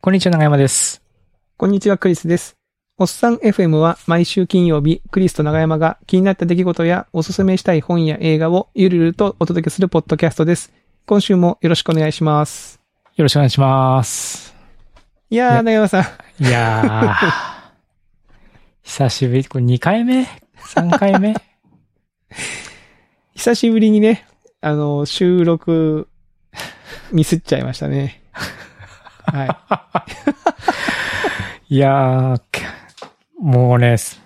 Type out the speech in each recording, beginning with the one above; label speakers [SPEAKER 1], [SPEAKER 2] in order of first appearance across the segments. [SPEAKER 1] こんにちは、長山です。
[SPEAKER 2] こんにちは、クリスです。おっさん FM は毎週金曜日、クリスと長山が気になった出来事やおすすめしたい本や映画をゆるゆるとお届けするポッドキャストです。今週もよろしくお願いします。
[SPEAKER 1] よろしくお願いします。
[SPEAKER 2] いやー、
[SPEAKER 1] ね
[SPEAKER 2] 長山さん。
[SPEAKER 1] いやー。久しぶり、これ2回目 ?3 回目
[SPEAKER 2] 久しぶりにね、あの、収録、ミスっちゃいました ね。はい。
[SPEAKER 1] いやー、けもうね、す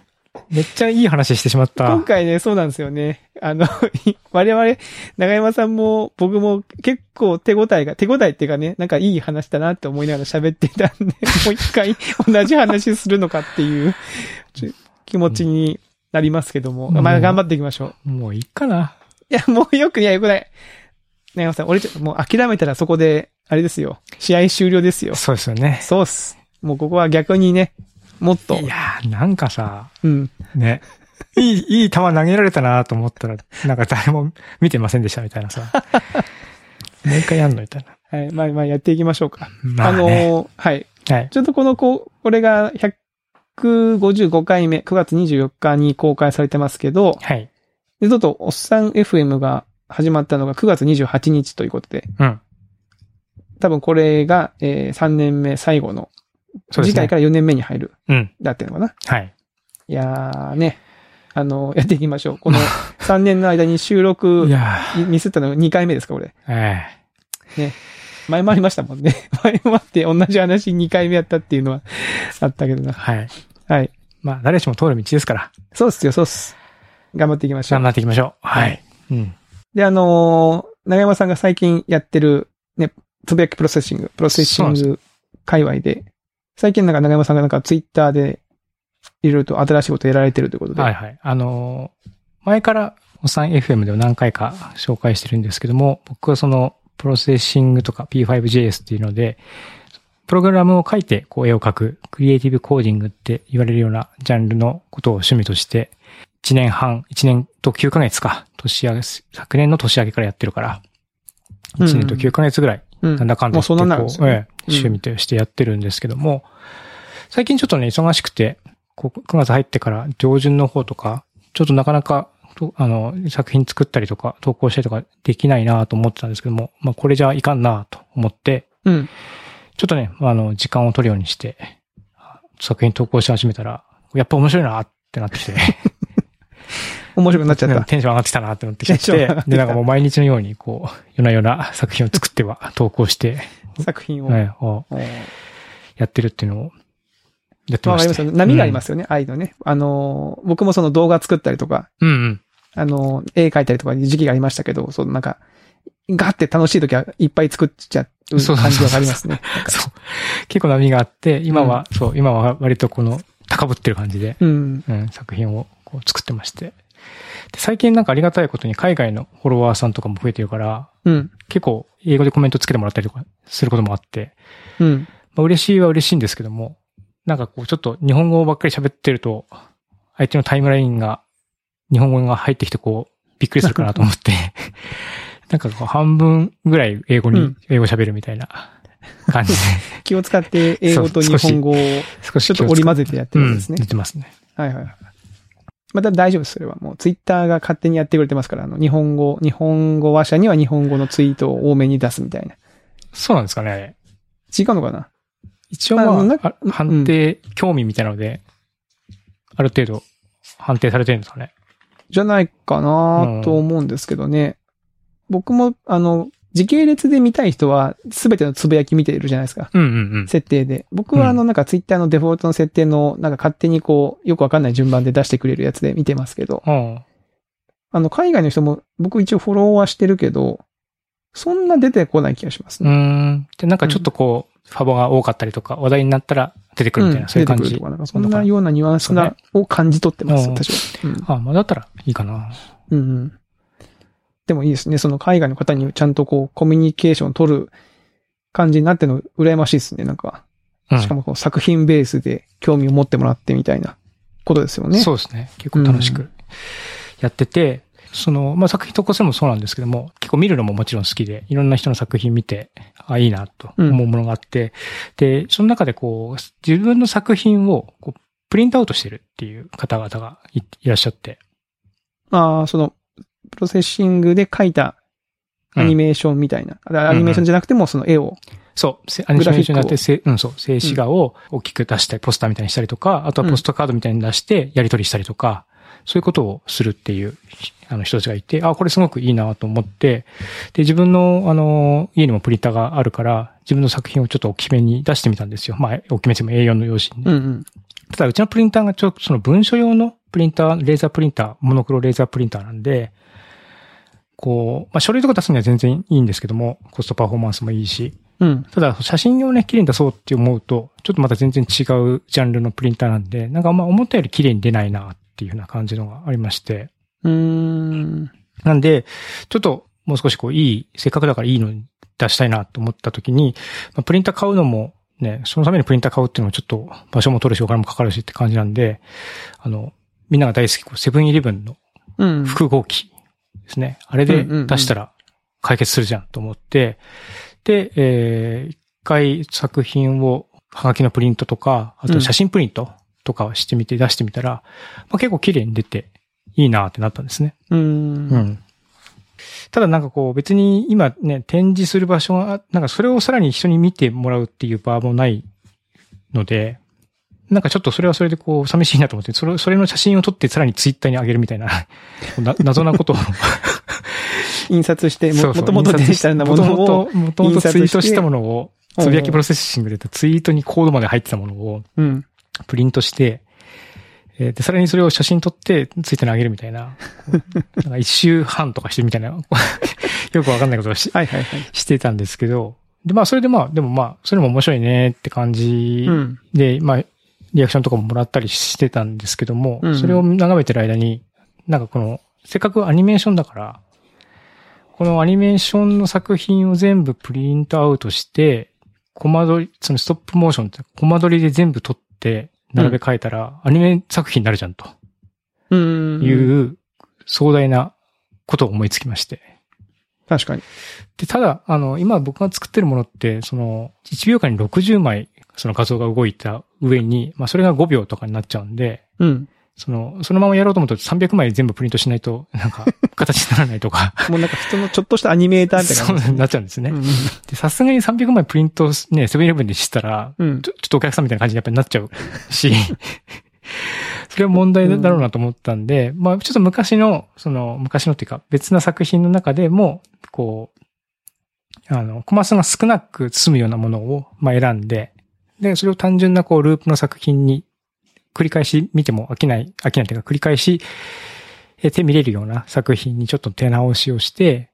[SPEAKER 1] めっちゃいい話してしまった
[SPEAKER 2] 今。回ね、そうなんですよね。あの、 い我々、長山さんも僕も結構手応えが、手応えっていうかね、なんかいい話だなって思いながら喋っていた んで、もう一回同じ話するのかっていうちょ気持ちになりますけども。
[SPEAKER 1] うん
[SPEAKER 2] まあ頑張っていきましょう。
[SPEAKER 1] もういいかな。
[SPEAKER 2] いや、もうよく、いや、よくない。長山さん、俺ちょ、もう諦めたらそこで、あれですよ。試合終了ですよ。
[SPEAKER 1] そうですよね。
[SPEAKER 2] そうっす。もうここは逆にね、もっと
[SPEAKER 1] い、やー、なんかさ、
[SPEAKER 2] うん。
[SPEAKER 1] ね。いい、いい球投げられたなと思ったら、なんか誰も見てませんでしたみたいなさ。もう一回やんのみたいな。
[SPEAKER 2] はい、まあまあやっていきましょうか。
[SPEAKER 1] まあ、
[SPEAKER 2] あの
[SPEAKER 1] ね、
[SPEAKER 2] ー、はい。
[SPEAKER 1] はい。
[SPEAKER 2] ちょっとこのこ、これが155回目、9月24日に公開されてますけど、
[SPEAKER 1] はい。
[SPEAKER 2] でちょっとおっさん FM が始まったのが9月28日ということで、
[SPEAKER 1] うん。
[SPEAKER 2] 多分これが、えー3年目最後の、
[SPEAKER 1] そうで
[SPEAKER 2] 次
[SPEAKER 1] すね
[SPEAKER 2] 回から4年目に入る、
[SPEAKER 1] うん。
[SPEAKER 2] だってのかな。
[SPEAKER 1] はい。
[SPEAKER 2] いやーね、あのーやっていきましょう。 この3年の間に収録
[SPEAKER 1] い、やー
[SPEAKER 2] ミスったのが2回目ですか、これ。
[SPEAKER 1] え
[SPEAKER 2] 前もありましたもんね。 前もあって同じ話2回目やったっていうのはあったけど
[SPEAKER 1] え
[SPEAKER 2] な。
[SPEAKER 1] はい。
[SPEAKER 2] はい。
[SPEAKER 1] まあ、誰しも通る道ですから、
[SPEAKER 2] そうっすよ、そうっす。頑張っていきましょう
[SPEAKER 1] 頑。張っていきましょう。はい。うん。
[SPEAKER 2] で、あのー長山さんが最近やってる、ね、つぶやきプロセッシング、プロセッシン
[SPEAKER 1] そう
[SPEAKER 2] グ界隈で、最近なんか長山さんがなんかツイッターで、いろいろと新しいことやられてるということで。
[SPEAKER 1] はいはい。あのー前から、おっさん FM でも何回か紹介してるんですけども、僕はその、プロセッシングとか P5JS っていうので、プログラムを書いて、こう、絵を描く、クリエイティブコーディングって言われるようなジャンルのことを趣味として、1年半、1年と9ヶ月か、年明け、昨年の年明けからやってるから、
[SPEAKER 2] うん
[SPEAKER 1] 1年と9ヶ月ぐらい
[SPEAKER 2] うん。
[SPEAKER 1] なんだかんだ言って
[SPEAKER 2] もうそんな
[SPEAKER 1] こ
[SPEAKER 2] ん
[SPEAKER 1] う
[SPEAKER 2] ですよね
[SPEAKER 1] ええ趣味としてやってるんですけども、最近ちょっとね、忙しくて、こう9月入ってから上旬の方とか、ちょっとなかなか、とあの、作品作ったりとか、投稿したりとかできないなと思ってたんですけども、まあこれじゃいかんなと思って、
[SPEAKER 2] うん。
[SPEAKER 1] ちょっとね、まああの、時間を取るようにして、作品投稿し始めたら、やっぱ面白いなってなってきて、
[SPEAKER 2] 面白くなっちゃっ
[SPEAKER 1] なんか
[SPEAKER 2] た。
[SPEAKER 1] テンション上がってきたなってなってき
[SPEAKER 2] テンション
[SPEAKER 1] て
[SPEAKER 2] 上がって、きた
[SPEAKER 1] で、なんかもう毎日のように、こう、夜な夜な作品を作っては投稿して、
[SPEAKER 2] 作品を。
[SPEAKER 1] ええあ
[SPEAKER 2] おー
[SPEAKER 1] やってるっていうのを、やって
[SPEAKER 2] わ
[SPEAKER 1] まし
[SPEAKER 2] か
[SPEAKER 1] た。。
[SPEAKER 2] りますよね。波がありますすよね、愛のね。あのー僕もその動画作ったりとか、
[SPEAKER 1] うんうん。
[SPEAKER 2] あのー絵描いたりとかに時期がありましたけど、そのなんか、ガって楽しい時はいっぱい作っちゃう
[SPEAKER 1] そう
[SPEAKER 2] 感じわかりますね。
[SPEAKER 1] そう。結構波があって、今は、そう、今は割とこの、高ぶってる感じで、
[SPEAKER 2] うん。
[SPEAKER 1] うん、作品をこう作ってまして。で最近なんかありがたいことに海外のフォロワーさんとかも増えてるから、
[SPEAKER 2] うん。
[SPEAKER 1] 結構英語でコメントつけてもらったりとかすることもあって、
[SPEAKER 2] うん。
[SPEAKER 1] まあ嬉しいは嬉しいんですけども、なんかこうちょっと日本語ばっかり喋ってると、相手のタイムラインが、日本語が入ってきてこう、びっくりするかなと思って、 なんかこう半分ぐらい英語に、
[SPEAKER 2] うん
[SPEAKER 1] 英語喋るみたいな感 じで、
[SPEAKER 2] 気を使って英語と日本語を
[SPEAKER 1] 少し
[SPEAKER 2] ちょっと織り
[SPEAKER 1] ま
[SPEAKER 2] 交ぜてやってるんですね。
[SPEAKER 1] 似てますね。
[SPEAKER 2] はいはいはい。また大丈夫です。それはもう、ツイッターが勝手にやってくれてますから、あの、日本語、日本語話者には日本語のツイートを多めに出すみたいな。
[SPEAKER 1] そうなんですかね、あれ
[SPEAKER 2] 違うのかな
[SPEAKER 1] 一応ま
[SPEAKER 2] あの
[SPEAKER 1] あ
[SPEAKER 2] なん、
[SPEAKER 1] あ判定、興味みたいなので、ある程度判定されてるんですかね。
[SPEAKER 2] じゃないか
[SPEAKER 1] うん
[SPEAKER 2] なと思うんですけどね。僕も、あの、時系列で見たい人は、すべてのつぶやき見てるじゃないですか。
[SPEAKER 1] うんうん
[SPEAKER 2] 設定で。僕はあの、なんかツイッターのデフォルトの設定の、なんか勝手にこう、よくわかんない順番で出してくれるやつで見てますけど。
[SPEAKER 1] うん。うん。
[SPEAKER 2] あの、海外の人も、僕一応フォローはしてるけど、そんな出てこない気がします
[SPEAKER 1] う
[SPEAKER 2] ね。
[SPEAKER 1] ーん。で、なんかちょっとこう、ファボが多かったりとか、話題になったら出てくるみたいな、そういう感
[SPEAKER 2] 出てく
[SPEAKER 1] じ
[SPEAKER 2] ると。かなんか
[SPEAKER 1] そ
[SPEAKER 2] そ
[SPEAKER 1] んなん感
[SPEAKER 2] な
[SPEAKER 1] じ
[SPEAKER 2] ようなニュアンスな、を感じ取ってます、
[SPEAKER 1] うん
[SPEAKER 2] 私は。
[SPEAKER 1] あ、まあだったらいいかな。
[SPEAKER 2] うん。うんうん。でもいいですね。その海外の方にちゃんとこう、コミュニケーションを取る感じになってるの、羨ましいですね。なんか、
[SPEAKER 1] うん。
[SPEAKER 2] しかもこう作品ベースで興味を持ってもらってみたいなことですよね。
[SPEAKER 1] そうですね。結構楽しくやってて、その、まあ、作品投稿するのもそうなんですけども、結構見るのももちろん好きで、いろんな人の作品見て、あ、いいなと思うものがあって、で、その中でこう、自分の作品をこうプリントアウトしてるっていう方々がいいらっしゃって、
[SPEAKER 2] ああ、その、プロセッシングで描いたアニメーションみたいな。あアニメーションじゃなくても、その絵を。
[SPEAKER 1] そう、せアニメーションになっ
[SPEAKER 2] グラフィックを
[SPEAKER 1] て、せうん、そう、静止画を大きく出したり、ポスターみたいにしたりとか、あとはポストカードみたいに出して、やり取りしたりとか、そういうことをするっていう、あの、人たちがいて、あ、これすごくいいなと思って、で、自分の、あの、家にもプリンターがあるから、自分の作品をちょっと大きめに出してみたんですよ。まあ、大きめでも A4 の用紙に。
[SPEAKER 2] うんうん。
[SPEAKER 1] ただ、うちのプリンターがちょっとその文書用のプリンター、レーザープリンター、モノクロレーザープリンターなんで、こう、まあ、書類とか出すには全然いいんですけども、コストパフォーマンスもいいし、
[SPEAKER 2] うん。
[SPEAKER 1] ただ、写真をね、綺麗に出そうって思うと、ちょっとまた全然違うジャンルのプリンターなんで、なんかあんま思ったより綺麗に出ないなっていうふうな感じのがありまして。
[SPEAKER 2] うーん。
[SPEAKER 1] なんで、ちょっともう少しこういい、せっかくだからいいのに出したいなと思った時に、まあプリンター買うのもね、そのためにプリンター買うっていうのもちょっと場所も取るしお金もかかるしって感じなんで、あの、みんなが大好きこう、セブンイレブンの
[SPEAKER 2] うん。
[SPEAKER 1] 複合機ですね。あれで出したら解決するじゃんと思って、で、えー一回作品を、はがきのプリントとか、あと写真プリントとかをしてみて出してみたら、まあ、結構綺麗に出ていいなってなったんですね。
[SPEAKER 2] う。
[SPEAKER 1] うんん。ただなんかこう別に今ね、展示する場所が、なんかそれをさらに人に見てもらうっていう場もないので、なんかちょっとそれはそれでこう寂しいなと思って、それそれの写真を撮ってさらにツイッターに上げるみたいな、 な謎なことを。
[SPEAKER 2] 印刷し て、
[SPEAKER 1] そ
[SPEAKER 2] も
[SPEAKER 1] うそう
[SPEAKER 2] ともとデジタルなものを。
[SPEAKER 1] もともと、もともとツイートしたものを、
[SPEAKER 2] 印刷して
[SPEAKER 1] つぶやきプロセッシングでツイートにコードまで入ってたものを
[SPEAKER 2] うん。
[SPEAKER 1] プリントして、えーで、さらにそれを写真撮ってツイッターに上げるみたいな、 こうなんか一周半とかしてるみたいな、 こうよくわかんないことをし
[SPEAKER 2] はいはいはい。
[SPEAKER 1] してたんですけど、で、まあそれでまあ、でもまあ、それも面白いねって感じ
[SPEAKER 2] うん。
[SPEAKER 1] で、まあ、リアクションとかももらったりしてたんですけども、
[SPEAKER 2] うんうん
[SPEAKER 1] それを眺めてる間に、なんかこの、せっかくアニメーションだから、このアニメーションの作品を全部プリントアウトして、コマ撮り、そのストップモーションって、コマ撮りで全部撮って、並べ替えたら、アニメ作品になるじゃんと
[SPEAKER 2] うん。
[SPEAKER 1] い。う壮大なことを思いつきまして。
[SPEAKER 2] 確かに。
[SPEAKER 1] で、ただ、あの、今僕が作ってるものって、その、1秒間に60枚、その画像が動いた上に、まあ、それが5秒とかになっちゃうんで、
[SPEAKER 2] うん。
[SPEAKER 1] その、そのままやろうと思うと300枚全部プリントしないと、なんか、 形にならないとか、
[SPEAKER 2] もうなんか人のちょっとしたアニメーターみたいな
[SPEAKER 1] そ
[SPEAKER 2] 感
[SPEAKER 1] う
[SPEAKER 2] じですね。
[SPEAKER 1] なっちゃうんですね
[SPEAKER 2] う。ん
[SPEAKER 1] で、さすがに300枚プリントね、セブンイレブンでしたら、
[SPEAKER 2] うん。
[SPEAKER 1] ちょちょっとお客さんみたいな感じにやっぱりなっちゃ うし、それは問題だろうなと思ったんで、まあちょっと昔の、その昔のっていうか別な作品の中でも、こう、あの、コマ数が少なく済むようなものを、まあ、選んで、で、それを単純なこうループの作品に繰り返し見ても飽きない、飽きないというか繰り返し、え手見れるような作品にちょっと手直しをして、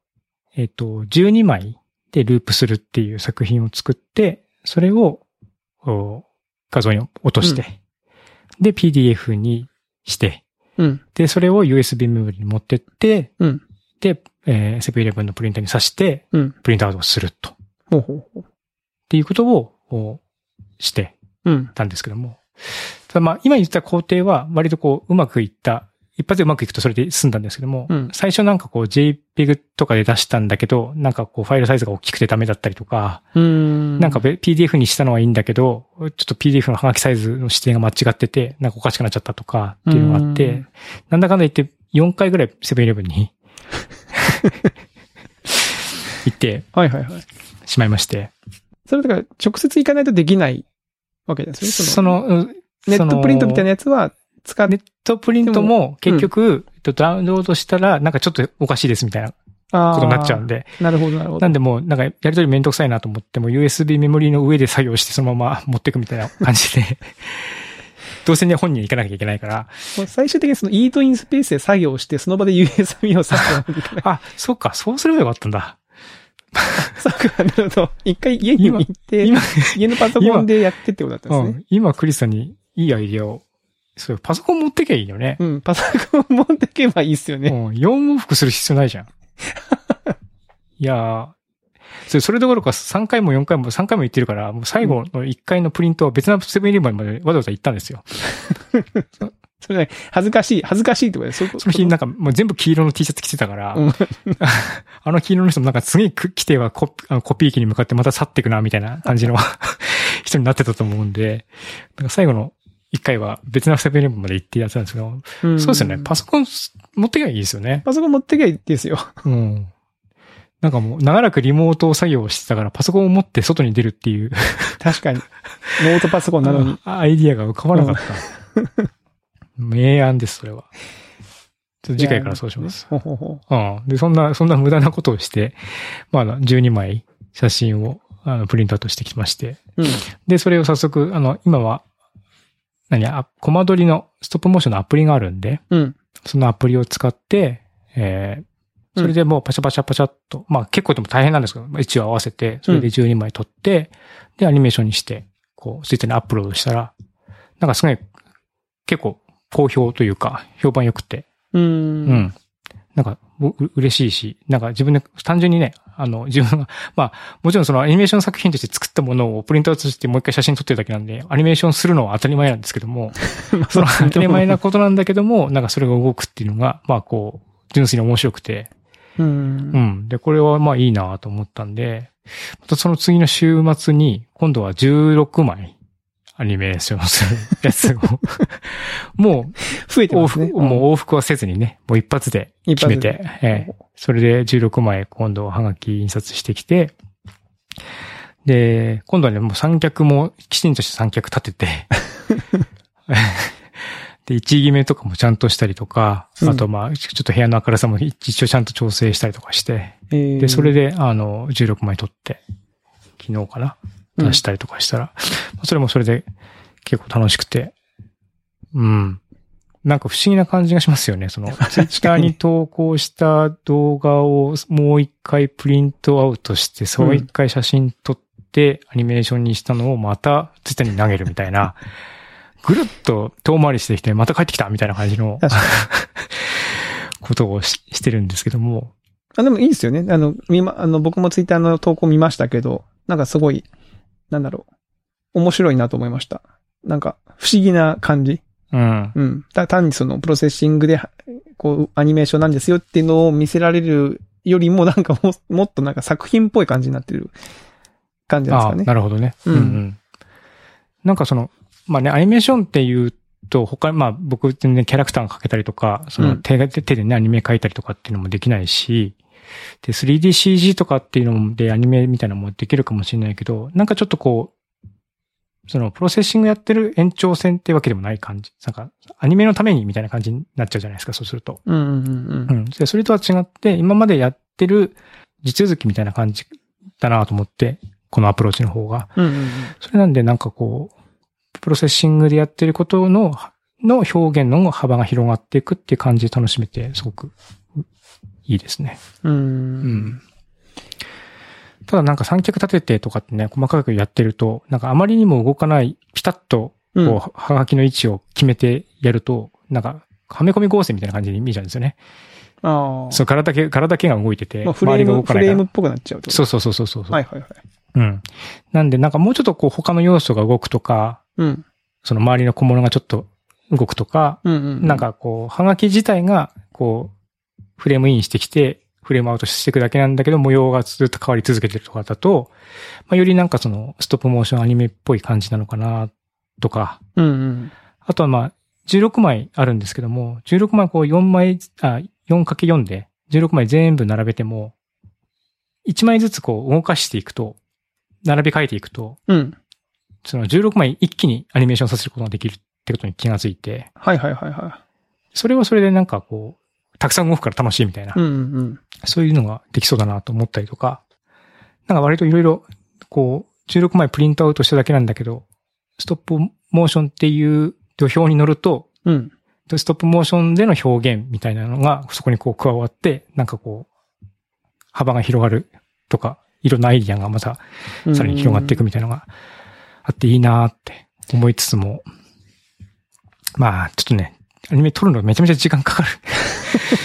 [SPEAKER 1] えっ、と、12枚でループするっていう作品を作って、それをお画像に落として、で、PDF にして、
[SPEAKER 2] うん。
[SPEAKER 1] で、それを USB メモリに持ってって、
[SPEAKER 2] うん。
[SPEAKER 1] で、えー、セブンイレブンのプリンターに挿して、
[SPEAKER 2] うん。
[SPEAKER 1] プリントアウトをすると。っ
[SPEAKER 2] ほうほうほ
[SPEAKER 1] ていうことをおして
[SPEAKER 2] う。うん。
[SPEAKER 1] たんですけども。ただまあ、今言った工程は割とこう、うまくいった、一発でうまくいくとそれで済んだんですけども、
[SPEAKER 2] うん
[SPEAKER 1] 最初なんかこう JPEG とかで出したんだけど、なんかこうファイルサイズが大きくてダメだったりとか、
[SPEAKER 2] うん。
[SPEAKER 1] なんかべ PDF にしたのはいいんだけど、ちょっと PDF のハガキサイズの指定が間違ってて、なんかおかしくなっちゃったとかっていうのがあっ
[SPEAKER 2] う
[SPEAKER 1] て
[SPEAKER 2] ん、
[SPEAKER 1] なんだかんだ言って4回ぐらいセブンイレブン に行って
[SPEAKER 2] はいはいはい。
[SPEAKER 1] しまいまして。
[SPEAKER 2] それだから直接行かないとできないわけですよね。
[SPEAKER 1] その、うん
[SPEAKER 2] ネットプリントみたいなやつは使っ
[SPEAKER 1] ネットプリントも結局、えっとダウンロードしたらなんかちょっとおかしいですみたいなこ
[SPEAKER 2] あ
[SPEAKER 1] とになっちゃうん
[SPEAKER 2] で。
[SPEAKER 1] で、
[SPEAKER 2] なるほど、なるほど
[SPEAKER 1] なん。でもうなんかやりとりめんどくさいなと思っても USB メモリの上で作業してそのまま持ってくみたいな感じ で、どうせね本人行かなきゃいけないから、
[SPEAKER 2] もう最終的にそのイートインスペースで作業して、その場で USB を作業できない。
[SPEAKER 1] あ、そうか、そうすればよかったんだ。
[SPEAKER 2] そうか、なるほど。一回家に行って、
[SPEAKER 1] 今、
[SPEAKER 2] 家のパソコンでやってってことだったん
[SPEAKER 1] う
[SPEAKER 2] ですね。
[SPEAKER 1] ん、今クリスさんにいいアイディアを、そう、パソコン持ってきゃいいよね。
[SPEAKER 2] うん、パソコン持ってけばいいっすよ
[SPEAKER 1] う
[SPEAKER 2] ね。
[SPEAKER 1] ん、4往復する必要ないじゃん。 いやー。それそれどころか3回も4回も3回も言ってるから、もう最後の1回のプリントは別なセブンイレブンまでわざわざ行ったんですよ。
[SPEAKER 2] それね、恥ずかしい、恥ずかしいってことだよ。そこ
[SPEAKER 1] その日なんかもう全部黄色の T シャツ着てたから、
[SPEAKER 2] うん
[SPEAKER 1] あの黄色の人もなんかすげえく来てはコピあのコピー機に向かってまた去っていくなみたいな感じの 人になってたと思うんで、なんか最後の一回は別なセブンイレブンまで行ってやってたんですけど、
[SPEAKER 2] うん
[SPEAKER 1] そうですよね。パソコン持ってきゃいいですよね。
[SPEAKER 2] パソコン持ってきゃいいですよ。
[SPEAKER 1] うん。なんかもう長らくリモート作業をしてたからパソコンを持って外に出るっていう
[SPEAKER 2] 確かに。ノートパソコンなのに。
[SPEAKER 1] アイディアが浮かばなか った。明暗です、それは。ちょっと次回からそうします。
[SPEAKER 2] ほうほうほ
[SPEAKER 1] うん。で、そんな、そんな無駄なことをして、まああの、12枚写真を、あの、プリントアウトしてきまして。
[SPEAKER 2] う。うん。
[SPEAKER 1] で、それを早速、あの、今は、何、あ、コマ撮りのストップモーションのアプリがあるんで、
[SPEAKER 2] うん。
[SPEAKER 1] そのアプリを使って、えーそれでもうパシャパシャパシャっと、まあ結構でも大変なんですけど、まあ位置を合わせて、それで12枚撮って、で、アニメーションにして、こう、ツイッターにアップロードしたら、なんかすごい、結構好評というか、評判良くて、
[SPEAKER 2] う。
[SPEAKER 1] うん ん。なんか、うう嬉しいし、なんか自分で、単純にね、あの、 自分が、まあ、もちろんそのアニメーション作品として作ったものをプリントアウトしてもう一回写真撮ってるだけなんで、アニメーションするのは当たり前なんですけど も、その当たり前なことなんだけども、なんかそれが動くっていうのが、まあこう、純粋に面白くて、
[SPEAKER 2] う。
[SPEAKER 1] うんん。で、これはまあいいなと思ったんで、またその次の週末に、今度は16枚、アニメーションするやつを、 もう、
[SPEAKER 2] 増えて
[SPEAKER 1] 往
[SPEAKER 2] ます
[SPEAKER 1] 復、
[SPEAKER 2] ね。
[SPEAKER 1] もう往復はせずにね、もう一発で
[SPEAKER 2] 一
[SPEAKER 1] 決
[SPEAKER 2] 発で
[SPEAKER 1] めて、ええそれで16枚今度はがき印刷してきて、で、今度はね、もう三脚もきちんとした三脚立てて、で、一決めとかもちゃんとしたりとか、
[SPEAKER 2] うん
[SPEAKER 1] あとまあ、ちょっと部屋の明るさも一応ちゃんと調整したりとかして、
[SPEAKER 2] うん。
[SPEAKER 1] で、それ
[SPEAKER 2] で、
[SPEAKER 1] で、あの、16枚取って、昨日かな
[SPEAKER 2] うん
[SPEAKER 1] 出したりとかしたら、まあそれもそれで結構楽しくて、うん。なんか不思議な感じがしますよね。そ の、ツイッターに投稿した動画をもう一回プリントアウトして、そう一回写真撮って、アニメーションにしたのをまたツイッターに投げるみたい な、ぐるっと遠回りしてきて、また帰ってきたみたいな感じの
[SPEAKER 2] 確
[SPEAKER 1] ことをししてるんですけども、
[SPEAKER 2] あ、でもいいですよね。あの、見ま、あの、僕もツイッターの投稿見ましたけど、なんかすごい、なんだろう。面白いなと思いました。なんか、不思議な感じ。
[SPEAKER 1] うん。
[SPEAKER 2] うん。た単にその、プロセッシングで、こう、アニメーションなんですよっていうのを見せられるよりも、なんかもう、もっとなんか作品っぽい感じになってる感じなんですか
[SPEAKER 1] ああ
[SPEAKER 2] ね。
[SPEAKER 1] なるほどね。
[SPEAKER 2] うん
[SPEAKER 1] なんかその、まあね、アニメーションっていうと、他、まあ僕全然キャラクターが描けたりとか、そうの
[SPEAKER 2] ん
[SPEAKER 1] 手が、手でね、アニメ描いたりとかっていうのもできないし、で、3DCG とかっていうのでアニメみたいなのもできるかもしれないけど、なんかちょっとこう、そのプロセッシングやってる延長線ってわけでもない感じ。なんか、アニメのためにみたいな感じになっちゃうじゃないですか、そうすると。
[SPEAKER 2] うんうんうん
[SPEAKER 1] う
[SPEAKER 2] うん。
[SPEAKER 1] ん。でそれとは違って、今までやってる地続きみたいな感じだなと思って、このアプローチの方が。
[SPEAKER 2] うんうんうん。
[SPEAKER 1] それなんでなんかこう、プロセッシングでやってることの、の表現の幅が広がっていくっていう感じで楽しめて、すごくういいですね。
[SPEAKER 2] う。
[SPEAKER 1] うんん。ただなんか三脚立ててとかってね、細かくやってると、なんかあまりにも動かない、ピタッと、
[SPEAKER 2] うん
[SPEAKER 1] こう、はがきの位置を決めてやると、なんか、はめ込み合成みたいな感じに見えちゃうんですよね。
[SPEAKER 2] ああ。
[SPEAKER 1] そう、体だけ、体だけが動いてて、
[SPEAKER 2] まあ、フレ
[SPEAKER 1] 周り
[SPEAKER 2] ー
[SPEAKER 1] が
[SPEAKER 2] ム、
[SPEAKER 1] 動か
[SPEAKER 2] フ
[SPEAKER 1] ない
[SPEAKER 2] レ
[SPEAKER 1] か
[SPEAKER 2] ーム
[SPEAKER 1] ら
[SPEAKER 2] っ。ぽくなっちゃうってこと
[SPEAKER 1] そうそうそうそうそう。
[SPEAKER 2] はいはいはい。
[SPEAKER 1] うん。なんで、なんかもうちょっとこう他の要素が動くとか、
[SPEAKER 2] うん。
[SPEAKER 1] その周りの小物がちょっと動くとか、
[SPEAKER 2] うんうん。
[SPEAKER 1] なん、かこう、はがき自体が、こう、フレームインしてきて、フレームアウトしていくだけなんだけど、模様がずっと変わり続けてるとかだと、まあ、よりなんかその、ストップモーションアニメっぽい感じなのかな、とか、
[SPEAKER 2] うんうん。
[SPEAKER 1] あとはまあ、16枚あるんですけども、16枚こう4枚、あ、4×4 で、16枚全部並べても、1枚ずつこう動かしていくと、並び替えていくと、
[SPEAKER 2] うん。
[SPEAKER 1] その16枚一気にアニメーションさせることができるってことに気がついて、
[SPEAKER 2] はいはいはいは
[SPEAKER 1] それはそれでなんかこう、たくさん動くから楽しいみたいな、
[SPEAKER 2] い。うんうんうん。
[SPEAKER 1] そういうのができそうだなと思ったりとか、なんか割といろいろ、こう、16枚プリントアウトしただけなんだけど、ストップモーションっていう土俵に乗ると、
[SPEAKER 2] うん。
[SPEAKER 1] ストップモーションでの表現みたいなのが、そこにこう加わって、なんかこう、幅が広がるとか、いろんなアイディアがまた
[SPEAKER 2] うん
[SPEAKER 1] さらに広がっていくみたいなのがあっていいなーって思いつつも、まあ、ちょっとね、アニメ撮るのめちゃめちゃ時間かかる。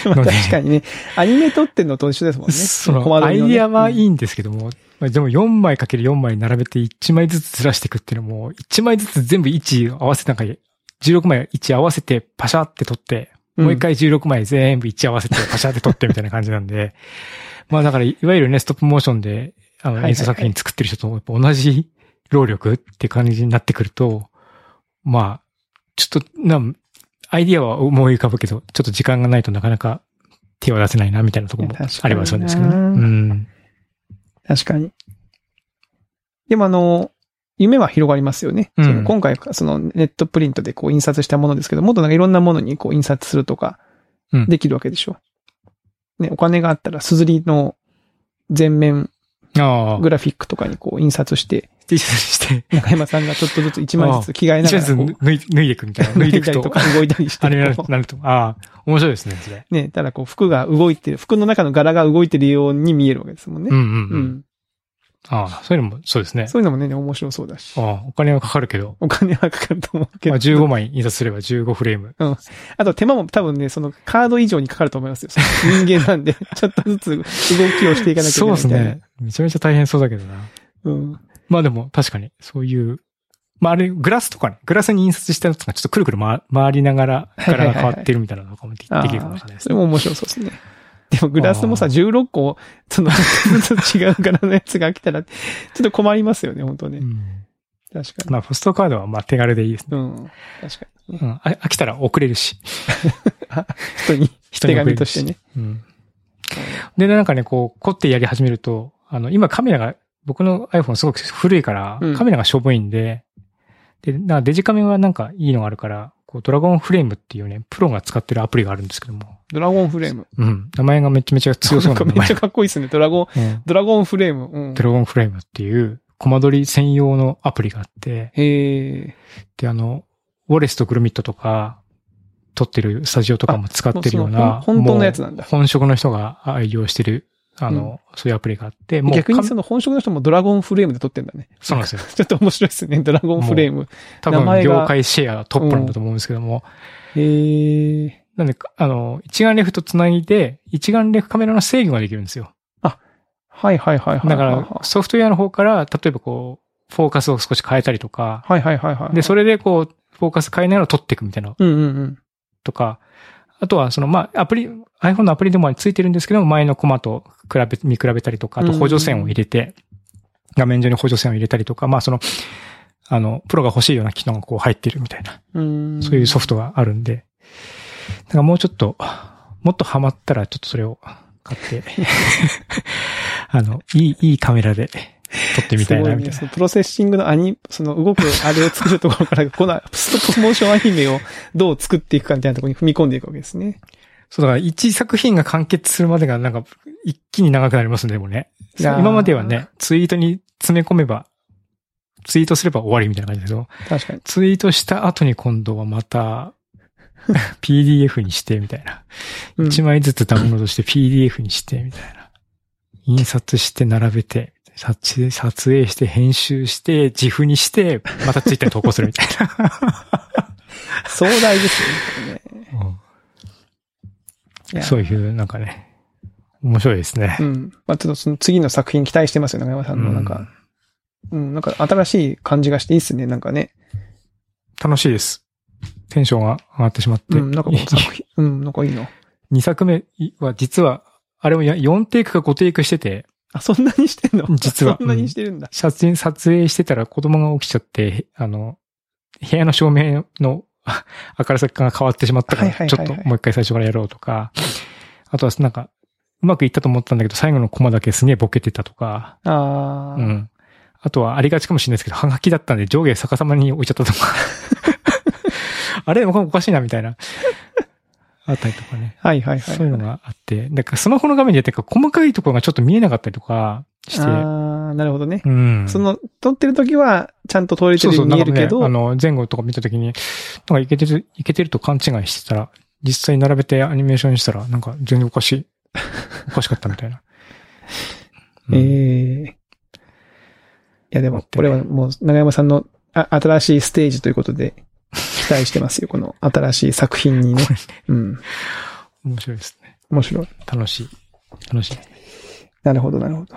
[SPEAKER 2] まあ
[SPEAKER 1] ので
[SPEAKER 2] 確かにね。アニメ撮ってんのと一緒ですもんね。
[SPEAKER 1] そ
[SPEAKER 2] コ
[SPEAKER 1] の
[SPEAKER 2] マ撮
[SPEAKER 1] ア
[SPEAKER 2] り
[SPEAKER 1] イデ
[SPEAKER 2] のね
[SPEAKER 1] ィアはい
[SPEAKER 2] うん
[SPEAKER 1] いんですけども、まあでも4枚かける4枚並べて1枚ずつずらしていくっていうのも、1枚ずつ全部位置合わせなんか16枚1合わせてパシャって撮って、もう一回16枚全部1合わせてパシャって撮ってみたいな感じなんで、 まあだからいわゆるね、ストップモーションで、あ
[SPEAKER 2] はいは
[SPEAKER 1] の、
[SPEAKER 2] いはい
[SPEAKER 1] 演奏作品作ってる人とやっぱ同じ労力って感じになってくると、まあ、ちょっと、なん、アイディアは思い浮かぶけど、ちょっと時間がないとなかなか手は出せないなみたいなところも
[SPEAKER 2] いや確か
[SPEAKER 1] あれ
[SPEAKER 2] にな
[SPEAKER 1] ばそうですけどね。うん。
[SPEAKER 2] 確かに。でもあの、夢は広がりますよね。
[SPEAKER 1] うん
[SPEAKER 2] その今回、そのネットプリントでこう印刷したものですけど、もっとなんかいろんなものにこう印刷するとか
[SPEAKER 1] うん、
[SPEAKER 2] できるわけでしょ。ね、お金があったら、すずりの全面
[SPEAKER 1] ああ。
[SPEAKER 2] グラフィックとかにこう印刷して、
[SPEAKER 1] T シャツして、
[SPEAKER 2] 中山さんがちょっとずつ1枚ずつ着 替
[SPEAKER 1] T
[SPEAKER 2] えな
[SPEAKER 1] シ
[SPEAKER 2] が
[SPEAKER 1] ャツ
[SPEAKER 2] らこ
[SPEAKER 1] 脱い脱いでいくみたいな。脱
[SPEAKER 2] う、脱
[SPEAKER 1] い
[SPEAKER 2] い
[SPEAKER 1] でい
[SPEAKER 2] だ
[SPEAKER 1] く
[SPEAKER 2] り
[SPEAKER 1] と
[SPEAKER 2] と、か動いたりして
[SPEAKER 1] あれに
[SPEAKER 2] こう
[SPEAKER 1] なると。ああ、面白いですね、それ。
[SPEAKER 2] ね、ただこう服が動いてる、服の中の柄が動いてるように見えるわけですもんね
[SPEAKER 1] うん。うん
[SPEAKER 2] う
[SPEAKER 1] うん。
[SPEAKER 2] ん。
[SPEAKER 1] ああ、そういうのもそうですね。
[SPEAKER 2] そういうのもね、面白そうだし
[SPEAKER 1] あ。あ、お金はかかるけど、
[SPEAKER 2] お金はかかると思うけ
[SPEAKER 1] ま
[SPEAKER 2] ど。
[SPEAKER 1] あ15枚印刷すれば15フレーム。
[SPEAKER 2] あと手間も多分ね、そのカード以上にかかると思いますよ。その人間なんで、 ちょっとずつ動きをしていかなきゃいけ
[SPEAKER 1] そうで
[SPEAKER 2] ないみた
[SPEAKER 1] す
[SPEAKER 2] いな。
[SPEAKER 1] ね。めちゃめちゃ大変そうだけどな。
[SPEAKER 2] うん。
[SPEAKER 1] まあでも確かに、そういう、まああれ、グラスとかね、グラスに印刷したやつがちょっとくるくる回回りながら、
[SPEAKER 2] はいは
[SPEAKER 1] 柄
[SPEAKER 2] いは
[SPEAKER 1] が
[SPEAKER 2] いはい
[SPEAKER 1] 変わってるみたいなのとかもでき
[SPEAKER 2] あ
[SPEAKER 1] で
[SPEAKER 2] あ
[SPEAKER 1] きるかもしれないです
[SPEAKER 2] そ
[SPEAKER 1] ね
[SPEAKER 2] れ。も面白そうですね。でもグラスもさ、
[SPEAKER 1] あ
[SPEAKER 2] 16個、その、ずつ違う柄のやつが来たら、ちょっと困りますよね、本当ね
[SPEAKER 1] う。ん
[SPEAKER 2] 確かに。
[SPEAKER 1] まあ、ポストカードはまあ手軽でいいですね。
[SPEAKER 2] うん。確かにね。
[SPEAKER 1] うん。あ飽きたら送れるし。
[SPEAKER 2] 人に、
[SPEAKER 1] 人に送れ
[SPEAKER 2] 手紙
[SPEAKER 1] る
[SPEAKER 2] としてね。
[SPEAKER 1] うん。で、なんかね、こう、凝ってやり始めると、あの、今カメラが、僕の iPhone すごく古いから
[SPEAKER 2] うん、
[SPEAKER 1] カメラがしょぼいんで、で、なんかデジカメはなんかいいのがあるから、こう、ドラゴンフレームっていうね、プロが使ってるアプリがあるんですけども、
[SPEAKER 2] ドラゴンフレーム。
[SPEAKER 1] うん。名前がめちゃめちゃ強そう
[SPEAKER 2] な
[SPEAKER 1] なん名
[SPEAKER 2] かめっ
[SPEAKER 1] 前
[SPEAKER 2] ちゃ。かっこいいですね。ドラゴ
[SPEAKER 1] う
[SPEAKER 2] ン、
[SPEAKER 1] ん
[SPEAKER 2] ドラゴンフレーム。うん
[SPEAKER 1] ド。ラゴンフレームっていう、コマ撮り専用のアプリがあって、
[SPEAKER 2] へえ。
[SPEAKER 1] で、あの、ウォレスとグルミットとか、撮ってるスタジオとかも使ってるよう
[SPEAKER 2] あ
[SPEAKER 1] な、
[SPEAKER 2] その本当のやつなんだ
[SPEAKER 1] もう本職の人が愛用してる、あの、そういうアプリがあって、もう
[SPEAKER 2] 逆
[SPEAKER 1] か
[SPEAKER 2] に
[SPEAKER 1] ん
[SPEAKER 2] その本職の人もドラゴンフレームで撮ってんだね。
[SPEAKER 1] そうなんですよ。
[SPEAKER 2] ちょっと面白いですね。ドラゴンフレーム。
[SPEAKER 1] 多
[SPEAKER 2] 名
[SPEAKER 1] 分、
[SPEAKER 2] 前が
[SPEAKER 1] 業界シェアトップなんだと思うんですけども、
[SPEAKER 2] へえ。
[SPEAKER 1] なんで、あの、一眼レフとつないで、一眼レフカメラの制御ができるんですよ。
[SPEAKER 2] はいはいはいはい。
[SPEAKER 1] だから、ソフトウェアの方から、例えばこう、フォーカスを少し変えたりとか、
[SPEAKER 2] はいはいはいはい。
[SPEAKER 1] で、それでこう、フォーカス変えながら撮っていくみたいな
[SPEAKER 2] うんうんうん。
[SPEAKER 1] とか、あとは、その、まあ、アプリ、iPhone のアプリでもついてるんですけど、前のコマと比べ、見比べたりとか、あと補助線を入れて、画面上に補助線を入れたりとか、まあ、その、あの、プロが欲しいような機能がこう入ってるみたいな、
[SPEAKER 2] うん。
[SPEAKER 1] そういうソフトがあるんで、だからもうちょっと、もっとハマったら、ちょっとそれを買って、 あの、いい、いいカメラで撮ってみたいな、
[SPEAKER 2] すご
[SPEAKER 1] みた
[SPEAKER 2] ね
[SPEAKER 1] い
[SPEAKER 2] そ
[SPEAKER 1] な。
[SPEAKER 2] のプロセッシングのアニ、その動くあれを作るところから、このストップモーションアニメをどう作っていくかみたいなところに踏み込んでいくわけですね。
[SPEAKER 1] そうだから、一作品が完結するまでが、なんか、一気に長くなりますね、でもね。
[SPEAKER 2] いやー
[SPEAKER 1] 今まではね、ツイートに詰め込めば、ツイートすれば終わりみたいな感じですよ。
[SPEAKER 2] 確かに。
[SPEAKER 1] ツイートした後に今度はまた、PDF にしてみたいな。
[SPEAKER 2] うん
[SPEAKER 1] 一、枚ずつダウンロードして PDF にしてみたいな。印刷して並べて、撮影撮影して編集して、自負にして、またツイッターに投稿するみたい
[SPEAKER 2] 壮大ですよね。
[SPEAKER 1] な。
[SPEAKER 2] いや
[SPEAKER 1] そういう、なんかね、面白いですね。
[SPEAKER 2] うん。まあちょっとその次の作品期待してますよ、中山さんの。なんか、うん、なんか新しい感じがしていいっすね、なんかね。
[SPEAKER 1] 楽しいです。テンションが上がってしまって。
[SPEAKER 2] うん、なんかこの作品、うん、なんかいいの。
[SPEAKER 1] 2作目は実は、あれもや4テイクか5テイクしてて、
[SPEAKER 2] あ、そんなにしてんの
[SPEAKER 1] 実は
[SPEAKER 2] そんなにしてるんだ。
[SPEAKER 1] 写真撮影してたら子供が起きちゃって、あの、部屋の照明の あ明るさが変わってしまったか
[SPEAKER 2] はいは
[SPEAKER 1] ら、
[SPEAKER 2] い
[SPEAKER 1] ち
[SPEAKER 2] は
[SPEAKER 1] ょっ
[SPEAKER 2] いはい
[SPEAKER 1] ともう一回最初からやろうとか、あとはなんか、うまくいったと思ったんだけど、最後のコマだけすげえボケてたとか、う
[SPEAKER 2] ああ、
[SPEAKER 1] ん。あとはありがちかもしれないですけど、ハガキだったんで上下逆さまに置いちゃったとか、 あれ、おかしいなみたいな、あったりとかね。
[SPEAKER 2] はいはいはい。
[SPEAKER 1] そういうのがあって、だからスマホの画面でやってるから細かいところがちょっと見えなかったりとかして、
[SPEAKER 2] ああ、なるほどね。
[SPEAKER 1] うん。
[SPEAKER 2] その、撮ってる時は、ちゃんと撮れて
[SPEAKER 1] そう
[SPEAKER 2] るよ
[SPEAKER 1] そうう、
[SPEAKER 2] に見
[SPEAKER 1] な
[SPEAKER 2] え
[SPEAKER 1] んか
[SPEAKER 2] る
[SPEAKER 1] ね
[SPEAKER 2] けど、
[SPEAKER 1] あの、前後とか見たときに、なんかいけてる、いけてると勘違いしてたら、実際に並べてアニメーションにしたら、なんか全然おかし い。おかしかったみたいな。うん
[SPEAKER 2] ええいやでも、これはもう、長山さんのあ新しいステージということで、期待してますよ、この新しい作品 にね。うん。
[SPEAKER 1] 面白いですね。
[SPEAKER 2] 面白い。
[SPEAKER 1] 楽しい。楽しい。
[SPEAKER 2] なるほど、なるほど。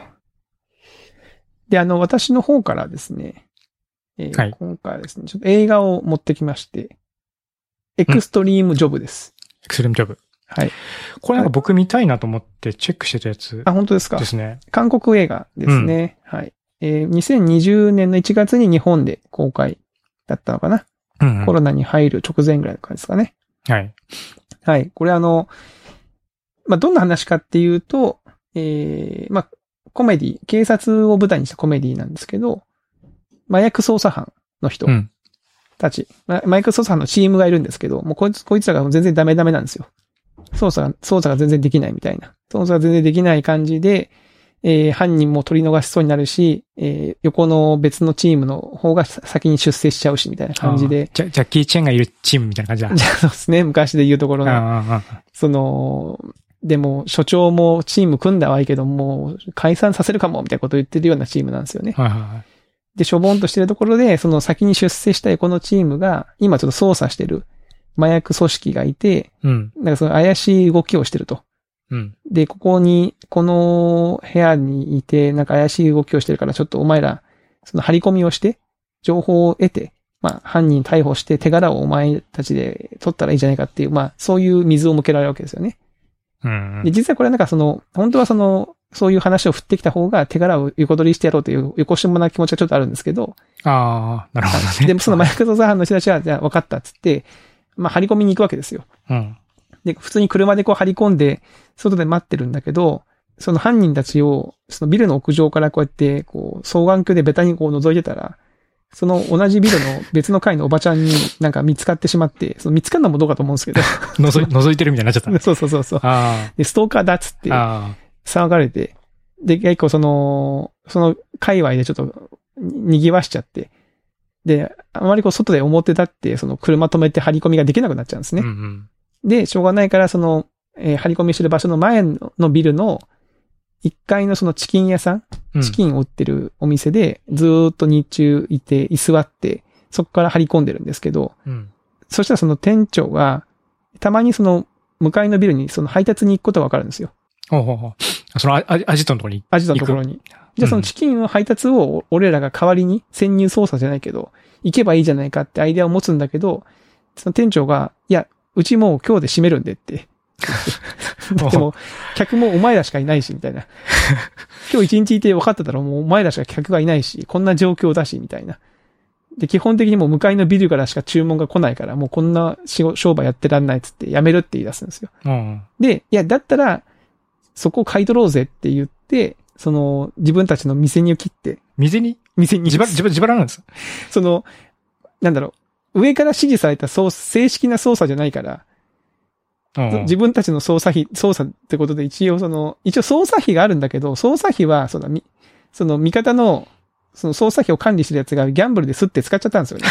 [SPEAKER 2] で、あの、私の方からですね、えー
[SPEAKER 1] はい
[SPEAKER 2] 今回はですね、ちょっと映画を持ってきまして、エクストリームジョブです。
[SPEAKER 1] エクストリームジョブ。
[SPEAKER 2] はい。
[SPEAKER 1] これなんか僕見たいなと思ってチェックしてたやつ
[SPEAKER 2] あ、本当ですか
[SPEAKER 1] ですね。
[SPEAKER 2] 韓国映画ですね。はい。えー2020年の1月に日本で公開だったのかな、
[SPEAKER 1] うん、うん
[SPEAKER 2] コ。ロナに入る直前ぐらいの感じですかね。
[SPEAKER 1] はい。
[SPEAKER 2] はい。これあの、まあ、どんな話かっていうと、えー、まあ、コメディ、警察を舞台にしたコメディなんですけど、麻薬捜査班の人
[SPEAKER 1] うん。
[SPEAKER 2] たち、ま麻薬捜査班のチームがいるんですけど、もうこいつ、こいつらがもう全然ダメダメなんですよ。捜査が、捜査が全然できないみたいな。捜査が全然できない感じで、えー、犯人も取り逃しそうになるし、えー、横の別のチームの方が先に出世しちゃうし、みたいな感じで。
[SPEAKER 1] あー。ジャジャッキー・チェンがいるチームみたいな感じだ。
[SPEAKER 2] じゃあ、そうですね。昔で言うところの。
[SPEAKER 1] あーあーあ
[SPEAKER 2] その、でも、所長もチーム組んだはいいけど、もう解散させるかも、みたいなことを言ってるようなチームなんですよね。
[SPEAKER 1] ーはいはいはい
[SPEAKER 2] で、しょぼんとしてるところで、その先に出世したいこのチームが、今ちょっと操作してる麻薬組織がいて、
[SPEAKER 1] うん。
[SPEAKER 2] なんかその怪しい動きをしてると。
[SPEAKER 1] うん。
[SPEAKER 2] で、ここに、この部屋にいて、なんか怪しい動きをしてるから、ちょっとお前ら、その張り込みをして、情報を得て、まあ、犯人逮捕して手柄をお前たちで取ったらいいじゃないかっていう、まあ、そういう水を向けられるわけですよね。
[SPEAKER 1] うん。
[SPEAKER 2] で、実はこれはなんかその、本当はその、そういう話を振ってきた方が手柄を横取りしてやろうという、横島な気持ちはちょっとあるんですけど、
[SPEAKER 1] ああ、なるほどね。
[SPEAKER 2] でもその麻薬捜査班の人たちは、じゃあ分かったっつって、まあ張り込みに行くわけですよ。
[SPEAKER 1] うん。
[SPEAKER 2] で、普通に車でこう張り込んで、外で待ってるんだけど、その犯人たちを、そのビルの屋上からこうやって、こう、双眼鏡でベタにこう覗いてたら、その同じビルの別の階のおばちゃんになんか見つかってしまって、その見つかるのもどうかと思うんです けど、
[SPEAKER 1] のぞい、覗いてるみたいになっちゃった。
[SPEAKER 2] そうそうそうそう。
[SPEAKER 1] あ
[SPEAKER 2] で、ストーカーだっつって
[SPEAKER 1] あ。、あ
[SPEAKER 2] 騒がれて、で、結構その、その界隈でちょっとに賑わしちゃって、で、あまりこう外で表立って、その車止めて張り込みができなくなっちゃうんです
[SPEAKER 1] あ。う
[SPEAKER 2] ね。
[SPEAKER 1] んうん。
[SPEAKER 2] で、しょうがないから、その、えー張り込みしてる場所の前ののビルの、1階のそのチキン屋さん、
[SPEAKER 1] うん
[SPEAKER 2] チキンを売ってるお店で、ずーっと日中いて、居座って、そこから張り込んでるんですけど、
[SPEAKER 1] うん。
[SPEAKER 2] そしたらその店長が、たまにその、向かいのビルにその配達に行くことがわかるんですよ。
[SPEAKER 1] ほうほうほう。そのアアジアジトのところに。
[SPEAKER 2] アジトのところに。
[SPEAKER 1] うん
[SPEAKER 2] じゃあそのチキンの配達を俺らが代わりに潜入捜査じゃないけど、行けばいいじゃないかってアイデアを持つんだけど、その店長が、いや、うちもう今日で閉めるん でって。だってもう、客もお前らしかいないし、みた いな。今日一日いて分かってたらもうお前らしか客がいないし、こんな状況だし、みたいな。で、基本的にもう向かいのビルからしか注文が来ないから、もうこんな仕事商売やってらんないっつってやめるって言い出すんですよ。
[SPEAKER 1] うん。
[SPEAKER 2] で、いや、だったら、そこを買い取ろうぜって言って、その、自分たちの店に切って、
[SPEAKER 1] 水に
[SPEAKER 2] 店に
[SPEAKER 1] 自腹、自腹、自腹なんです。
[SPEAKER 2] その、なんだろう、上から指示されたそう正式な捜査じゃないから、
[SPEAKER 1] うんうん。
[SPEAKER 2] 自分たちの捜査費、捜査ってことで一応その、一応捜査費があるんだけど、捜査費は、その、みその味方の、その捜査費を管理してるやつがギャンブルですって使っちゃったんです よね。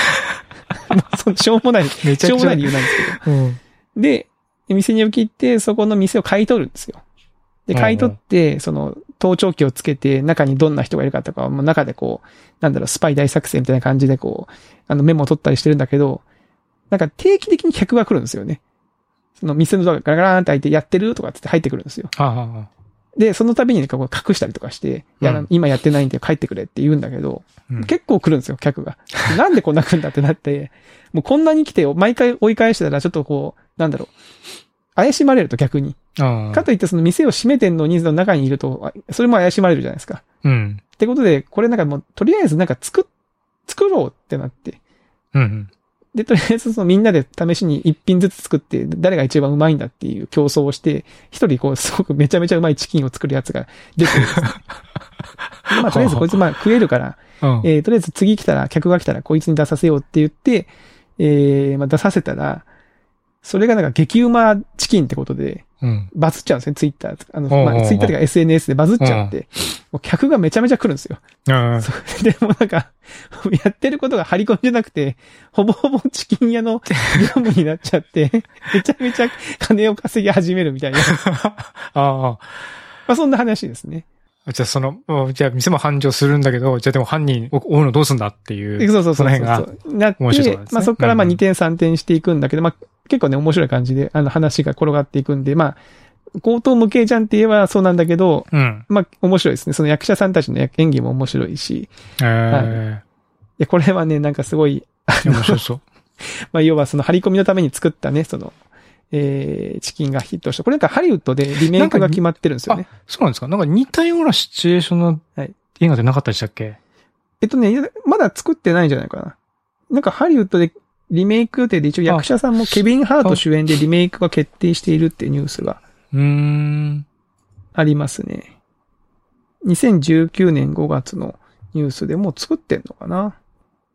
[SPEAKER 2] もうそのしょうもない、し
[SPEAKER 1] めちゃ
[SPEAKER 2] ょう
[SPEAKER 1] く
[SPEAKER 2] も
[SPEAKER 1] ち
[SPEAKER 2] な
[SPEAKER 1] ゃ
[SPEAKER 2] い理。由なんですけど。
[SPEAKER 1] うん。
[SPEAKER 2] で、店に切って、そこの店を買い取るんですよ。で、
[SPEAKER 1] うんうん
[SPEAKER 2] 買い取って、その、盗聴器をつけて、中にどんな人がいるかとか、もう中でこう、なんだろう、スパイ大作戦みたいな感じでこう、あの、メモを取ったりしてるんだけど、なんか定期的に客が来るんですよね。その店のドアがガラガラーンって開いて、やってるとかっつって入ってくるんですよ。
[SPEAKER 1] ああああ。で
[SPEAKER 2] で、その度になんかこう隠したりとかして、いや、
[SPEAKER 1] うん
[SPEAKER 2] 今やってないんで帰ってくれって言うんだけど、
[SPEAKER 1] うん
[SPEAKER 2] 結構来るんですよ、客が。なんでこんな来るんだってなって、もうこんなに来て、毎回追い返してたら、ちょっとこう、なんだろう、怪しまれると逆に。
[SPEAKER 1] ああ
[SPEAKER 2] かといって、その店を閉めてんのに、その中にいると、あそれも怪しまれるじゃないですか。
[SPEAKER 1] うん。
[SPEAKER 2] ってことで、これなんかもう、とりあえずなんか作っ、作ろうってなって。
[SPEAKER 1] うんうん。
[SPEAKER 2] で、とりあえずそのみんなで試しに一品ずつ作って、誰が一番うまいんだっていう競争をして、一人こう、すごくめちゃめちゃうまいチキンを作るやつが出てくるんですよ。まあ、とりあえずこいつまあ食えるから、
[SPEAKER 1] うん。
[SPEAKER 2] えーとりあえず次来たら、客が来たらこいつに出させようって言って、えーまあ、出させたら、それがなんか激うまチキンってことで、
[SPEAKER 1] うん。
[SPEAKER 2] バズっちゃうんですね、ツイッター。あの、
[SPEAKER 1] おうおうお
[SPEAKER 2] ま
[SPEAKER 1] う
[SPEAKER 2] あ、ツイッターとか SNS でバズっちゃって、もう客がめちゃめちゃ来るんですよ。
[SPEAKER 1] うん。
[SPEAKER 2] そうでもなんか、やってることが張り込みじゃなくて、ほぼほぼチキン屋の業務になっちゃって、 めちゃめちゃ金を稼ぎ始めるみたいな。
[SPEAKER 1] あ
[SPEAKER 2] まあ、そんな話ですね。
[SPEAKER 1] あ。じゃあその、うんじゃあ店も繁盛するんだけど、じゃあでも犯人を追うのどうすんだっていう。
[SPEAKER 2] そうそ
[SPEAKER 1] そ
[SPEAKER 2] うそう。
[SPEAKER 1] の辺が
[SPEAKER 2] なって、
[SPEAKER 1] 面白いところですね
[SPEAKER 2] まあそこからまあ
[SPEAKER 1] うんうん
[SPEAKER 2] 2点3点していくんだけど、まあ結構ね、面白い感じで、あの話が転がっていくんで、まあ、強盗無形じゃんって言えばそうなんだけど、
[SPEAKER 1] うん。
[SPEAKER 2] まあ面白いですね。その役者さんたちの役演技も面白いし、
[SPEAKER 1] ええ。
[SPEAKER 2] いや、これはね、なんかすごい、
[SPEAKER 1] 面白そう。
[SPEAKER 2] まあ、要はその張り込みのために作ったね、その、えー、チキンがヒットした。これなんかハリウッドでリメイクが決まってるんですよね。
[SPEAKER 1] そうなんですかなんか似たようなシチュエーションの
[SPEAKER 2] はい
[SPEAKER 1] 映画ってなかったでしたっけ
[SPEAKER 2] えっとね、まだ作ってないんじゃないかな。なんかハリウッドでリメイク予定で一応役者さんもケビン・ハート主演でリメイクが決定しているっていうニュースが
[SPEAKER 1] うーん。
[SPEAKER 2] ありますね。2019年5月のニュースでもう作ってんのかな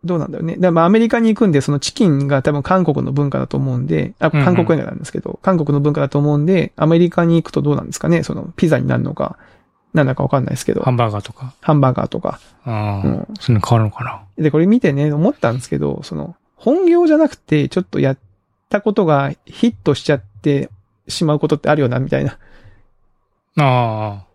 [SPEAKER 2] どうなんだろうね。だからまあアメリカに行くんで、そのチキンが多分韓国の文化だと思うんで、あ、
[SPEAKER 1] うんうん
[SPEAKER 2] 韓国映画なんですけど、韓国の文化だと思うんで、アメリカに行くとどうなんですかねそのピザになるのか、なんだかわかんないですけど
[SPEAKER 1] ハ、ンバーガーとか。
[SPEAKER 2] ハンバーガーとか。
[SPEAKER 1] ああ、
[SPEAKER 2] うん
[SPEAKER 1] そういうの変わるのかな
[SPEAKER 2] で、これ見てね、思ったんですけど、その、本業じゃなくて、ちょっとやったことがヒットしちゃってしまうことってあるよな、みたいな。
[SPEAKER 1] ああ、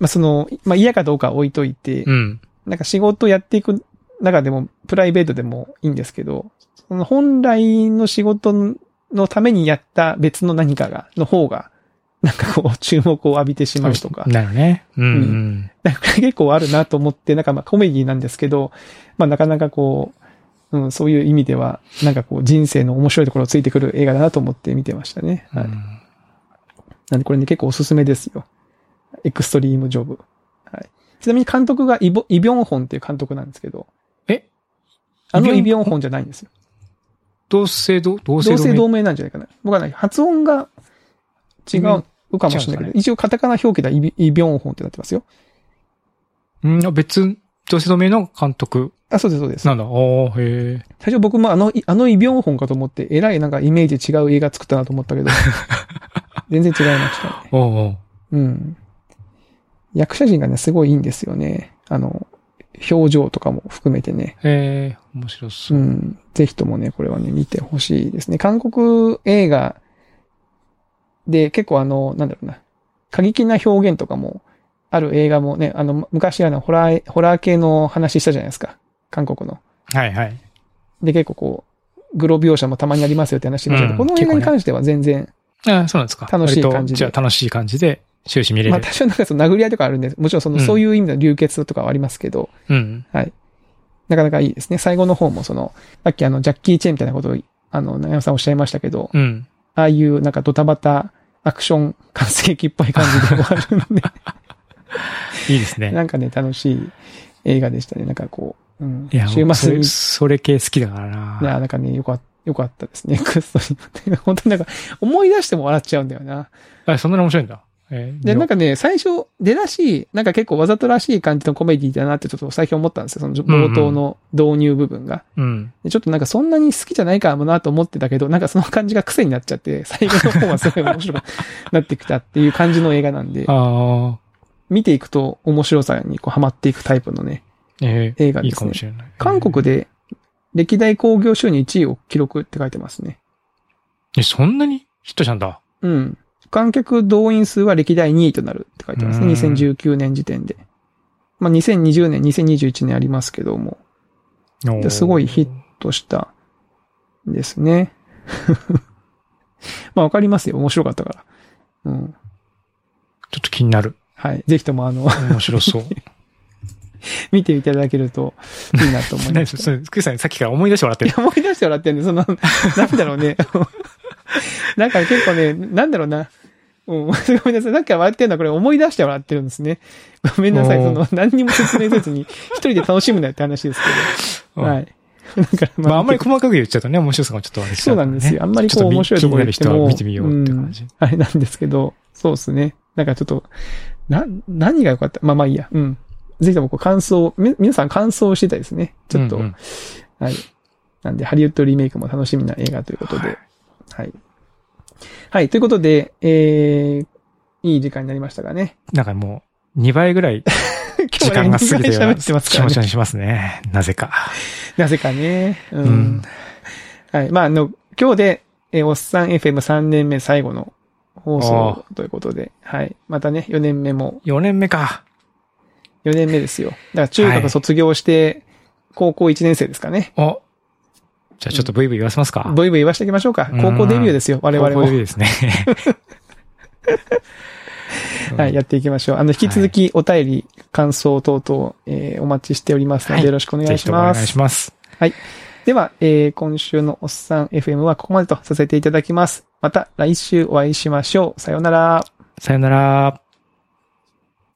[SPEAKER 2] まあ、その、まあ、嫌かどうかは置いといて、
[SPEAKER 1] うん。
[SPEAKER 2] なんか仕事やっていく中でも、プライベートでもいいんですけど、その本来の仕事のためにやった別の何かが、の方が、なんかこう、注目を浴びてしまうとか、
[SPEAKER 1] なるね。うん、う。
[SPEAKER 2] うんなんか結構あるなと思って、なんかまあコメディなんですけど、まあなかなかこう、うん、そういう意味では、なんかこう人生の面白いところをついてくる映画だなと思って見てましたね。
[SPEAKER 1] う
[SPEAKER 2] はい。
[SPEAKER 1] ん
[SPEAKER 2] なんでこれね結構おすすめですよ。エクストリームジョブ。はい。ちなみに監督がイボイ・ビョンホンっていう監督なんですけど。
[SPEAKER 1] え
[SPEAKER 2] あのイ・
[SPEAKER 1] イビ
[SPEAKER 2] ビョンホンじゃないんですよ。
[SPEAKER 1] 同性同、同性
[SPEAKER 2] 同
[SPEAKER 1] 同
[SPEAKER 2] 姓
[SPEAKER 1] 盟
[SPEAKER 2] 同名なんじゃないかな。僕はね、発音が違うかもしれないけど、一応カタカナ表記ではイビイ・ビョンホンってなってますよ。
[SPEAKER 1] うんあ、別、同性同盟の監督。
[SPEAKER 2] あ、そうです、そうです。
[SPEAKER 1] なんだああ、へえ。
[SPEAKER 2] 最初僕もあの、いあのイビョンホンかと思って、えらいなんかイメージ違う映画作ったなと思った けど、全然違いましたね。
[SPEAKER 1] おうおう
[SPEAKER 2] うん。役者陣がね、すごいいいんですよね。あの、表情とかも含めてね。
[SPEAKER 1] へえ、面白
[SPEAKER 2] う
[SPEAKER 1] そう。
[SPEAKER 2] ん。ぜひともね、これはね、見てほしいですね。韓国映画で結構あの、なんだろうな、過激な表現とかも、ある映画もね、あの、昔あの、ホラー、ホラー系の話したじゃないですか。韓国の。
[SPEAKER 1] はいはい。
[SPEAKER 2] で、結構こう、グロ描写もたまにありますよって話してましたけど、
[SPEAKER 1] うん
[SPEAKER 2] この映画に関しては全然、
[SPEAKER 1] ああそうなんですか。
[SPEAKER 2] 楽し
[SPEAKER 1] 割
[SPEAKER 2] い
[SPEAKER 1] と
[SPEAKER 2] 感じで
[SPEAKER 1] じゃあ楽しい感じで終始見れる。
[SPEAKER 2] まあ多少なんかその殴り合いとかあるんで、もちろんその、
[SPEAKER 1] うん
[SPEAKER 2] そういう意味の流血とかはありますけど、
[SPEAKER 1] うん。
[SPEAKER 2] なかなかいいですね。最後の方もその、さっきあの、ジャッキー・チェンみたいなことを、あの、長山さんおっしゃいましたけど、
[SPEAKER 1] うん。
[SPEAKER 2] ああいうなんかドタバタ、アクション、完成劇っぽい感じで終わ るん
[SPEAKER 1] いいです
[SPEAKER 2] で、
[SPEAKER 1] ね。
[SPEAKER 2] なんかね、楽しい映画でしたね。なんかこう、うん、
[SPEAKER 1] いや、
[SPEAKER 2] 週
[SPEAKER 1] 僕そ
[SPEAKER 2] 末に。
[SPEAKER 1] れ、それ系好きだからない
[SPEAKER 2] や、なんかね、よかった。よかったですね。 クソに。本当になんか、思い出しても笑っちゃうんだよな。
[SPEAKER 1] あ、そんなに面白いんだ。えー
[SPEAKER 2] で、なん、かね、最初、出だし、なんか結構わざとらしい感じのコメディだなってちょっと最近思ったんですよ。その冒頭の導入部分が。
[SPEAKER 1] うん。
[SPEAKER 2] でちょっとなんかそんなに好きじゃないかもなと思ってたけど、なんかその感じが癖になっちゃって、最後の方はすごい面白くなってきたっていう感じの映画なんで、
[SPEAKER 1] ああ、
[SPEAKER 2] 見ていくと面白さにこうハマっていくタイプのね、
[SPEAKER 1] えー
[SPEAKER 2] 映画
[SPEAKER 1] い
[SPEAKER 2] で
[SPEAKER 1] い
[SPEAKER 2] す
[SPEAKER 1] か
[SPEAKER 2] ね
[SPEAKER 1] も。しれない。
[SPEAKER 2] 韓国で歴代興行収入1位を記録って書いてますね。
[SPEAKER 1] えー。え、そんなにヒットしたんだ。
[SPEAKER 2] うん。観客動員数は歴代2位となるって書いてますね。
[SPEAKER 1] うん
[SPEAKER 2] 2019年時点で。まあ、2020年、2021年ありますけども、
[SPEAKER 1] おー
[SPEAKER 2] ですごいヒッとしたんですね。 まあ、わかりますよ。面白かったから。う
[SPEAKER 1] ち
[SPEAKER 2] ん。
[SPEAKER 1] ょっと気になる。
[SPEAKER 2] はい。ぜひとも、あの、
[SPEAKER 1] 面白そう。
[SPEAKER 2] 見ていただけるといいな と思いま
[SPEAKER 1] 何
[SPEAKER 2] す。
[SPEAKER 1] それ、福井さんさっきから思い出してもらって
[SPEAKER 2] い
[SPEAKER 1] る
[SPEAKER 2] や。思い出してもらってんで、その、なんだろうね。 なんか結構ね、なんだろうな。うん、ごめんなさい。さっきから笑ってるのはこれ思い出して笑ってるんですね。ごめんなさい。
[SPEAKER 1] お
[SPEAKER 2] そ
[SPEAKER 1] ー
[SPEAKER 2] の、何にも説明せずに、一人で楽しむなよって話ですけど。
[SPEAKER 1] うん
[SPEAKER 2] はい。だから
[SPEAKER 1] まあ、あんまり
[SPEAKER 2] 見て
[SPEAKER 1] 細かく言っちゃうとね、面白さがちょっとあれしち
[SPEAKER 2] そ
[SPEAKER 1] ゃ
[SPEAKER 2] う
[SPEAKER 1] か
[SPEAKER 2] な
[SPEAKER 1] ら
[SPEAKER 2] ん
[SPEAKER 1] ね
[SPEAKER 2] ですよ。あんまりこう
[SPEAKER 1] ちょっと見
[SPEAKER 2] 面白いとこ
[SPEAKER 1] 気に
[SPEAKER 2] ろ
[SPEAKER 1] なる人は見てみようって
[SPEAKER 2] ん
[SPEAKER 1] 感じ。
[SPEAKER 2] あれなんですけど、そうですね。なんかちょっと、な、何が良かったまあまあいいや。うん。ぜひともこう感想を、み、皆さん感想をしてたいですね。ちょっと、
[SPEAKER 1] うんうん
[SPEAKER 2] はい。なんで、ハリウッドリメイクも楽しみな映画ということで。
[SPEAKER 1] は
[SPEAKER 2] はい
[SPEAKER 1] い。
[SPEAKER 2] はい。ということで、えー、いい時間になりましたかね。
[SPEAKER 1] なんかもう、2倍ぐらい時間が過ぎたよう
[SPEAKER 2] 今日はね
[SPEAKER 1] な
[SPEAKER 2] 喋ってますか
[SPEAKER 1] 気
[SPEAKER 2] ら
[SPEAKER 1] 持
[SPEAKER 2] ね
[SPEAKER 1] ち。がしますね。なぜか。
[SPEAKER 2] なぜかね。うん。
[SPEAKER 1] うん
[SPEAKER 2] はい。まあ、あの、今日で、えーおっさん FM3 年目最後の放送ということで、はい。またね、4年目も、
[SPEAKER 1] 4年目か。
[SPEAKER 2] 4年目ですよ。だから中
[SPEAKER 1] はい
[SPEAKER 2] 学卒業して、高校1年生ですかね。
[SPEAKER 1] お。じゃあちょっとブイブイ言わせますか。
[SPEAKER 2] ブイブイ言わしていきましょうか
[SPEAKER 1] う。ん
[SPEAKER 2] 高校デビューですよ、我々
[SPEAKER 1] 高校
[SPEAKER 2] も
[SPEAKER 1] デ。ビューですね。
[SPEAKER 2] はい、やっていきましょう。あの、引き続きお便り、感想等々、えーお待ちしておりますの
[SPEAKER 1] はい
[SPEAKER 2] で、よろしくお願
[SPEAKER 1] ぜ
[SPEAKER 2] い
[SPEAKER 1] ひ
[SPEAKER 2] し
[SPEAKER 1] ともお
[SPEAKER 2] ます。
[SPEAKER 1] 願いします。
[SPEAKER 2] はい。では、えー今週のおっさん FM はここまでとさせていただきます。また来週お会いしましょう。さようなら。
[SPEAKER 1] さよなら。